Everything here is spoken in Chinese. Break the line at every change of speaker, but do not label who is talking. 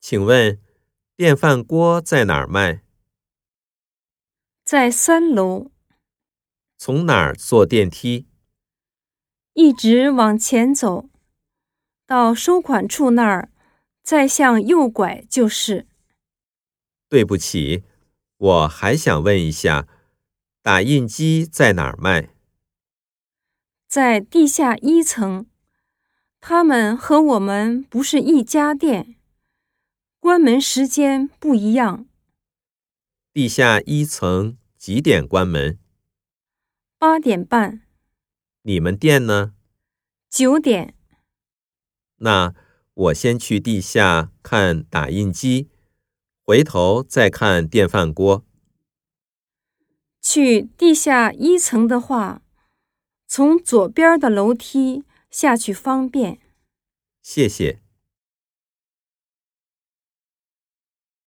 请问电饭锅在哪儿卖？
在三楼，
从哪儿坐电梯？
一直往前走，到收款处那儿，再向右拐就是。
对不起，我还想问一下，打印机在哪儿卖？
在地下一层，他们和我们不是一家店，关门时间不一样，
地下一层几点关门？
八点半、
你们店呢？
九点。
那我先去地下看打印机，回头再看电饭锅。
去地下一层的话，从左边的楼梯下去方便。
谢谢。